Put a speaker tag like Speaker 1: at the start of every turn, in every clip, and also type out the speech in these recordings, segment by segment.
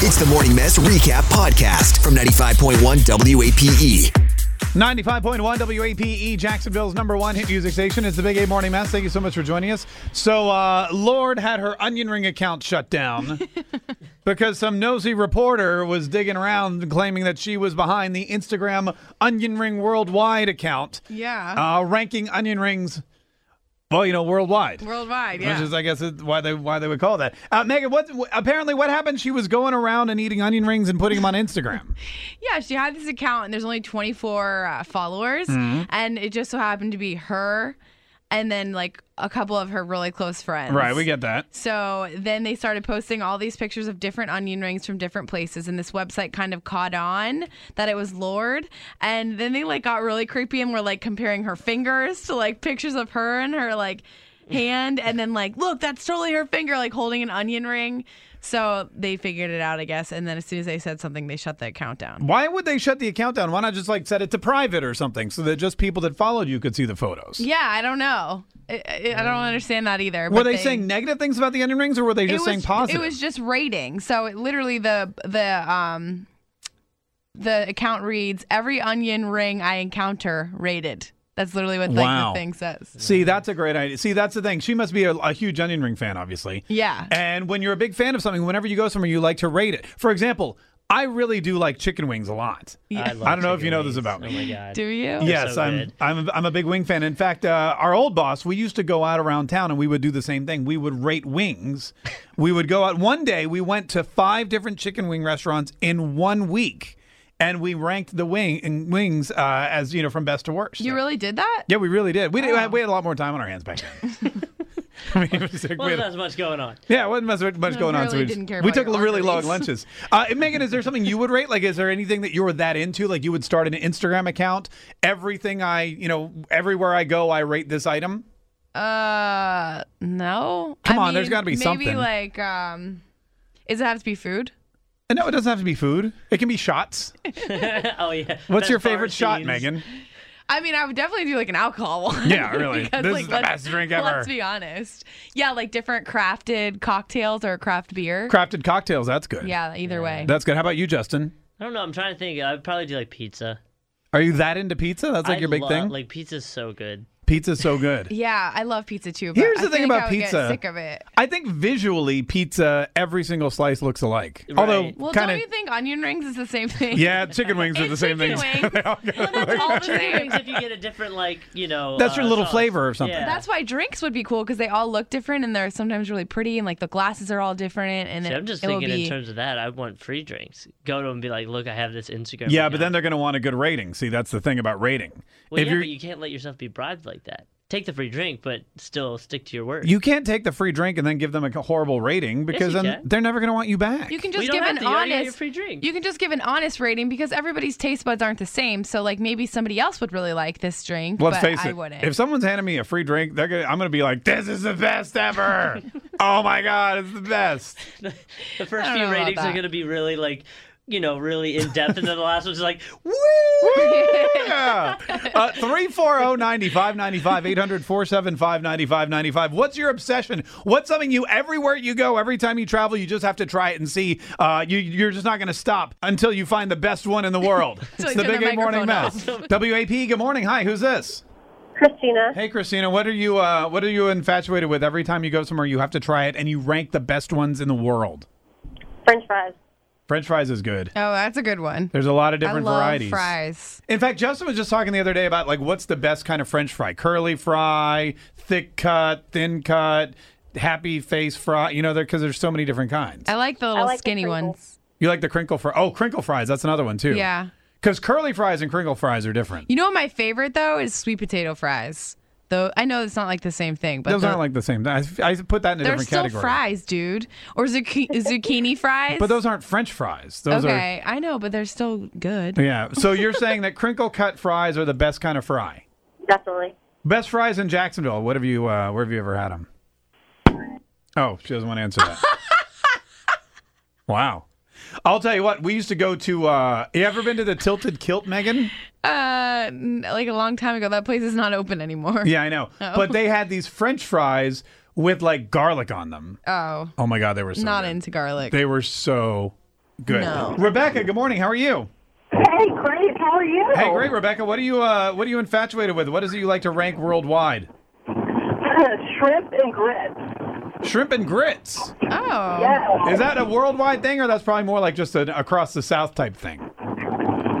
Speaker 1: It's the Morning Mess Recap Podcast from 95.1 WAPE.
Speaker 2: 95.1 WAPE, E, Jacksonville's number one hit music station. It's the Big A Morning Mass. Thank you so much for joining us. So, uh, Lord had her onion ring account shut down because some nosy reporter was digging around claiming that she was behind the Instagram onion ring worldwide account,
Speaker 3: Yeah.
Speaker 2: uh, ranking onion rings, well, you know, worldwide.
Speaker 3: Worldwide,
Speaker 2: Which
Speaker 3: yeah.
Speaker 2: is, I guess, is why they why they would call that. Uh, Megan, what apparently what happened? She was going around and eating onion rings and putting them on Instagram.
Speaker 3: yeah, she had this account and there's only 24 uh, followers.
Speaker 2: Mm-hmm.
Speaker 3: And it just so happened to be her and then like a couple of her really close friends.
Speaker 2: right, we get that.
Speaker 3: So then they started posting all these pictures of different onion rings from different places, and this website kind of caught on that it was Lord. And then they like got really creepy and were like comparing her fingers to like pictures of her and her like hand, and then like, look, that's totally her finger, like holding an onion ring. So they figured it out, I guess. And then as soon as they said something, they shut the account down.
Speaker 2: Why would they shut the account down? Why not just like set it to private or something so that just people that followed you could see the photos?
Speaker 3: Yeah, I don't know. I, I I don't understand that either.
Speaker 2: Mm. Were
Speaker 3: but
Speaker 2: they, saying negative things about the onion rings or were they just saying positive?
Speaker 3: It was just rating. So it literally the the um the account reads every onion ring I encounter rated. That's literally what like,
Speaker 2: Wow.
Speaker 3: the thing says.
Speaker 2: see, that's a great idea. See, that's the thing. She must be a, a huge onion ring fan, obviously.
Speaker 3: Yeah.
Speaker 2: And when you're a big fan of something, whenever you go somewhere, you like to rate it. For example, I really do like chicken wings a lot.
Speaker 3: Yeah.
Speaker 2: I don't know if you know this about me.
Speaker 4: Oh my god.
Speaker 3: Do you?
Speaker 2: Yes,
Speaker 4: so
Speaker 2: I'm,
Speaker 4: good.
Speaker 2: I'm. I'm a big wing fan. In fact, uh, our old boss, we used to go out around town and we would do the same thing. We would rate wings. we would go out. One day, we went to five different chicken wing restaurants in one week, and we ranked the wing and wings uh, as you know from best to worst.
Speaker 3: You really Oh. did that?
Speaker 2: yeah, we really did. We did, we had a lot more time on our hands back then. I mean, it was like, we
Speaker 4: Well,
Speaker 2: had-
Speaker 4: not as much going on.
Speaker 2: yeah, it wasn't much, much going on. So we,
Speaker 3: really
Speaker 2: just-
Speaker 3: didn't care
Speaker 2: we
Speaker 3: about
Speaker 2: took
Speaker 3: your
Speaker 2: a really long
Speaker 3: arteries.
Speaker 2: lunches. Uh, and Megan, is there something you would rate? Like, is there anything that you were that into? Like, you would start an Instagram account. Everything I, you know, everywhere I go, I rate this item.
Speaker 3: Uh no.
Speaker 2: Come
Speaker 3: I
Speaker 2: on, there's
Speaker 3: mean,
Speaker 2: gotta be
Speaker 3: maybe
Speaker 2: something.
Speaker 3: like um is it have to be food?
Speaker 2: And no, it doesn't have to be food. It can be shots.
Speaker 4: oh yeah.
Speaker 2: What's
Speaker 4: Best
Speaker 2: your favorite
Speaker 4: bar
Speaker 2: shot,
Speaker 4: scenes.
Speaker 2: Megan?
Speaker 3: I mean, I would definitely do like an alcohol one.
Speaker 2: Yeah, really.
Speaker 3: because,
Speaker 2: This
Speaker 3: like,
Speaker 2: is the
Speaker 3: let's-
Speaker 2: best drink ever.
Speaker 3: Let's be honest. Yeah, like different crafted cocktails or craft beer.
Speaker 2: Crafted cocktails. That's good.
Speaker 3: yeah, either way.
Speaker 2: That's good. How about you, Justin?
Speaker 4: I don't know. I'm trying to think. I'd probably do like pizza.
Speaker 2: Are you that into pizza? That's like
Speaker 4: I
Speaker 2: your big
Speaker 4: love-
Speaker 2: thing.
Speaker 4: Like pizza's so good.
Speaker 2: Pizza's so good.
Speaker 3: Yeah, I love pizza too. But
Speaker 2: Here's
Speaker 3: I
Speaker 2: the thing
Speaker 3: think
Speaker 2: about
Speaker 3: I would get
Speaker 2: pizza.
Speaker 3: sick of it.
Speaker 2: I think visually, pizza, every single slice looks alike. Although,
Speaker 4: Right.
Speaker 3: Well,
Speaker 2: kind
Speaker 3: don't
Speaker 2: of.
Speaker 3: you think onion rings is the same thing?
Speaker 2: Yeah, chicken wings are the
Speaker 3: It's
Speaker 2: same
Speaker 3: chicken
Speaker 2: things.
Speaker 3: wings.
Speaker 2: They all go
Speaker 3: Oh, That's all the same.
Speaker 4: Depends if you get a different like you know.
Speaker 2: That's your
Speaker 4: uh,
Speaker 2: little
Speaker 4: sauce.
Speaker 2: flavor or something.
Speaker 4: Yeah.
Speaker 3: That's why drinks would be cool because they all look different and they're sometimes really pretty and like the glasses are all different and
Speaker 4: See,
Speaker 3: it,
Speaker 4: I'm just
Speaker 3: it will
Speaker 4: thinking
Speaker 3: be,
Speaker 4: in terms of that. I want free drinks. Go to them and be like, look, I have this Instagram.
Speaker 2: Yeah,
Speaker 4: account.
Speaker 2: but then they're going to want a good rating. See, that's the thing about rating.
Speaker 4: Well, yeah,
Speaker 2: you're,
Speaker 4: but you can't let yourself be bribed like that. Take the free drink, but still stick to your word.
Speaker 2: you can't take the free drink and then give them a horrible rating because
Speaker 4: you
Speaker 2: then
Speaker 4: can.
Speaker 2: they're never going to want you back.
Speaker 3: You can
Speaker 4: Well,
Speaker 3: just
Speaker 4: you don't
Speaker 3: give an
Speaker 4: have to. You already got your
Speaker 3: honest
Speaker 4: free drink.
Speaker 3: You can just give an honest rating because everybody's taste buds aren't the same. So like maybe somebody else would really like this drink,
Speaker 2: Let's
Speaker 3: but
Speaker 2: face
Speaker 3: I
Speaker 2: it.
Speaker 3: wouldn't.
Speaker 2: If someone's handing me a free drink, they're gonna, I'm going to be like, "This is the best ever! oh my god, it's the best!"
Speaker 4: the first
Speaker 3: I don't
Speaker 4: few
Speaker 3: know about
Speaker 4: ratings are
Speaker 3: that.
Speaker 4: going to be really like, you know, really in depth, and then the last one's like, woo.
Speaker 2: Yeah. Uh, 340-9595, 800 475 What's your obsession? What's something you, everywhere you go, every time you travel, you just have to try it and see. Uh, you, you're just not going to stop until you find the best one in the world.
Speaker 3: Until
Speaker 2: it's the
Speaker 3: you
Speaker 2: Big
Speaker 3: turn the
Speaker 2: A Morning Mess.
Speaker 3: microphone
Speaker 2: WAP, good morning. Hi, who's this?
Speaker 5: Christina.
Speaker 2: Hey, Christina, what are you, uh, what are you infatuated with? Every time you go somewhere, you have to try it and you rank the best ones in the world.
Speaker 5: French fries.
Speaker 2: French fries is good.
Speaker 3: oh, that's a good one.
Speaker 2: There's a lot of
Speaker 3: I
Speaker 2: different
Speaker 3: love
Speaker 2: varieties.
Speaker 3: fries.
Speaker 2: In fact, Justin was just talking the other day about like what's the best kind of French fry: curly fry, thick cut, thin cut, happy face fry. You know, there because there's so many different kinds.
Speaker 3: I like the little
Speaker 5: like the
Speaker 3: skinny
Speaker 5: crinkle.
Speaker 3: ones.
Speaker 2: You like the crinkle fry? Oh, crinkle fries. That's another one too.
Speaker 3: Yeah.
Speaker 2: Because curly fries and crinkle fries are different.
Speaker 3: You know what my favorite though is sweet potato fries. Though I know it's not like the same thing, but
Speaker 2: Those
Speaker 3: the-
Speaker 2: aren't like the same. I, I put that in a
Speaker 3: they're
Speaker 2: different
Speaker 3: still
Speaker 2: category.
Speaker 3: fries, dude, or zucchini, zucchini fries.
Speaker 2: But those aren't French fries. Those
Speaker 3: okay, I know, but they're still good.
Speaker 2: are yeah. So you're saying that crinkle cut fries are the best kind of fry?
Speaker 5: Definitely.
Speaker 2: Best fries in Jacksonville. What have you? Uh, where have you ever had them? Oh, she doesn't want to answer that. wow. I'll tell you what. We used to go to. Uh, you ever been to the Tilted Kilt, Megan?
Speaker 3: Uh, n- like a long time ago, that place is not open anymore.
Speaker 2: Yeah, I know. But they had these French fries with like garlic on them.
Speaker 3: Oh,
Speaker 2: Oh my God, they were so
Speaker 3: not
Speaker 2: good.
Speaker 3: into garlic.
Speaker 2: They were so Good.
Speaker 3: No.
Speaker 2: Rebecca, good morning. How are you?
Speaker 6: Hey, great. How are you?
Speaker 2: Hey, great, Rebecca. What are you uh, what are you infatuated with? What is it you like to rank worldwide?
Speaker 6: Shrimp and grits.
Speaker 2: Shrimp and grits.
Speaker 3: Oh.
Speaker 6: Yeah.
Speaker 2: Is that a worldwide thing, or that's probably more like just an across the South type thing?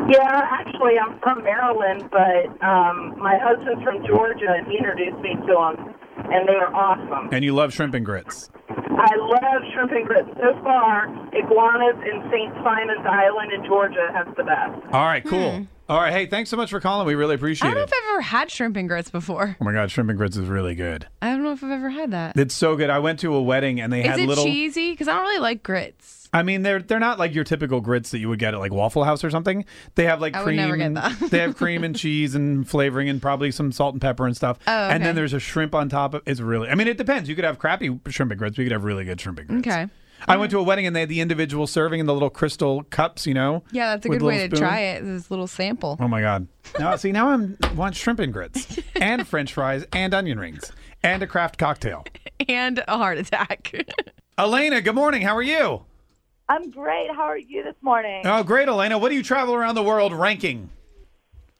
Speaker 6: Yeah, actually, I'm from Maryland, but um, my husband's from Georgia, and he introduced me to them, and they are awesome.
Speaker 2: And you love shrimp and grits.
Speaker 6: I love shrimp and grits. So far, iguanas in St. Simon's Island in Georgia has the best.
Speaker 2: All right, cool. All right, hey, thanks so much for calling. We really
Speaker 3: Hmm. I
Speaker 2: appreciate
Speaker 3: don't know
Speaker 2: it.
Speaker 3: if I've ever had shrimp and grits before.
Speaker 2: Oh my God, shrimp and grits is really good.
Speaker 3: I don't know if I've ever had that.
Speaker 2: It's so good. I went to a wedding and they
Speaker 3: Is
Speaker 2: had
Speaker 3: it
Speaker 2: little.
Speaker 3: cheesy? Because I don't really like grits.
Speaker 2: I mean, they're they're not like your typical grits that you would get at like Waffle House or something. They have like
Speaker 3: I would
Speaker 2: cream.
Speaker 3: never get that.
Speaker 2: they have cream and cheese and flavoring and probably some salt and pepper and stuff.
Speaker 3: Oh,
Speaker 2: And then
Speaker 3: okay.
Speaker 2: there's a shrimp on top of. It's really. I mean, it depends. You could have crappy shrimp and grits. but You could have really good shrimp and grits.
Speaker 3: Okay.
Speaker 2: I went to a wedding and they had the individual serving in the little crystal cups. You know.
Speaker 3: Yeah, that's a
Speaker 2: with
Speaker 3: good way
Speaker 2: little
Speaker 3: to
Speaker 2: spoon.
Speaker 3: try it. This little sample.
Speaker 2: Oh my god! Now see, now I'm want shrimp and grits and French fries and onion rings and a craft cocktail.
Speaker 3: And a heart attack.
Speaker 2: Elena, good morning. How are you?
Speaker 7: I'm great. How are you this morning?
Speaker 2: Oh, great, Elena. What do you travel around the world ranking?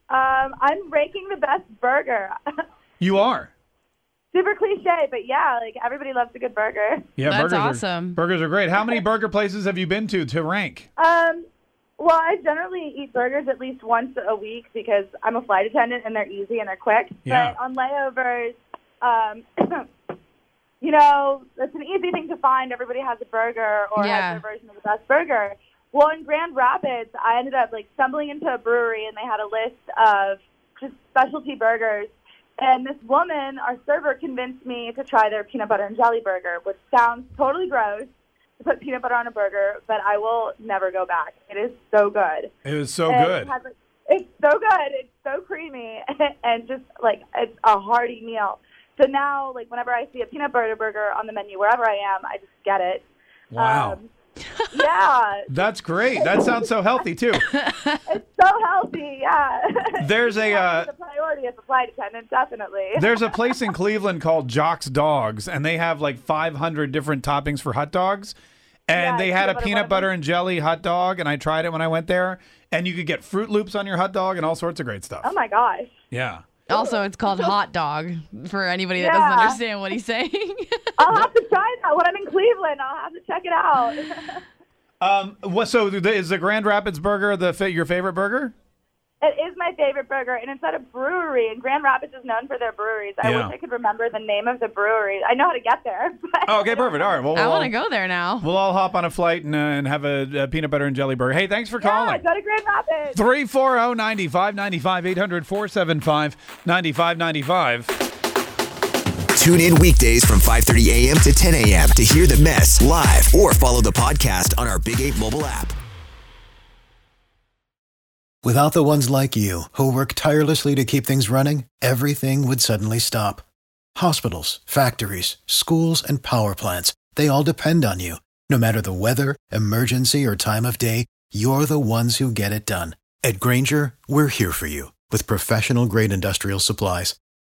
Speaker 7: Um, I'm ranking the best burger.
Speaker 2: You are.
Speaker 7: Super cliche, but yeah, like everybody loves a good burger.
Speaker 2: Yeah,
Speaker 3: That's
Speaker 2: burgers are-
Speaker 3: awesome.
Speaker 2: burgers are great. How many burger places have you been to to rank?
Speaker 7: Um, well, I generally eat burgers at least once a week because I'm a flight attendant and they're easy and they're quick.
Speaker 2: Yeah.
Speaker 7: But on layovers, um, you know, it's an easy thing to find. Everybody has a burger or
Speaker 3: Yeah.
Speaker 7: has their version of the best burger. Well, in Grand Rapids, I ended up like stumbling into a brewery and they had a list of just specialty burgers. And this woman, our server, convinced me to try their peanut butter and jelly burger, which sounds totally gross to put peanut butter on a burger, but I will never go back. It is so good.
Speaker 2: It was so
Speaker 7: And
Speaker 2: Oh, good.
Speaker 7: It has, like, it's so good. It's so creamy and just like it's a hearty meal. So now, like whenever I see a peanut butter burger on the menu wherever I am, I just get it.
Speaker 2: Wow.
Speaker 7: Um, yeah,
Speaker 2: That's great. That sounds so healthy too.
Speaker 7: it's so healthy. Yeah.
Speaker 2: There's a uh,
Speaker 7: the priority as a flight attendant, definitely.
Speaker 2: there's a place in Cleveland called Jock's Dogs, and they have like 500 different toppings for hot dogs. And
Speaker 7: Yeah,
Speaker 2: they had a
Speaker 7: peanut butter
Speaker 2: peanut
Speaker 7: one of them.
Speaker 2: butter and jelly hot dog, and I tried it when I went there. And you could get Fruit Loops on your hot dog and all sorts of great stuff.
Speaker 7: oh my gosh.
Speaker 2: yeah.
Speaker 3: also, it's called hot dog for anybody that
Speaker 7: Yeah.
Speaker 3: doesn't understand what he's saying.
Speaker 7: I'll have to try that when I'm in Cleveland. I'll have to check it out.
Speaker 2: Um. What? So th- is the Grand Rapids burger the fa- your favorite burger?
Speaker 7: It is my favorite burger, and it's at a brewery. And Grand Rapids is known for their breweries. I
Speaker 2: Yeah.
Speaker 7: wish I could remember the name of the brewery. I know how to get there. But
Speaker 2: Oh, okay, perfect. All right. Well,
Speaker 3: I
Speaker 2: we'll
Speaker 3: want
Speaker 2: all-
Speaker 3: to go there now.
Speaker 2: We'll all hop on a flight and, uh, and have a, a peanut butter and jelly burger. Hey, thanks for
Speaker 7: Yeah,
Speaker 2: calling.
Speaker 7: go to Grand Rapids.
Speaker 2: 340 9595 800 475 9595.
Speaker 1: Tune in weekdays from 5:30 a.m. to 10 a.m. to hear the mess live or follow the podcast on our Big 8 mobile app.
Speaker 8: Without the ones like you, who work tirelessly to keep things running, everything would suddenly stop. Hospitals, factories, schools, and power plants, they all depend on you. No matter the weather, emergency, or time of day, you're the ones who get it done. At Granger, we're here for you with professional grade industrial supplies.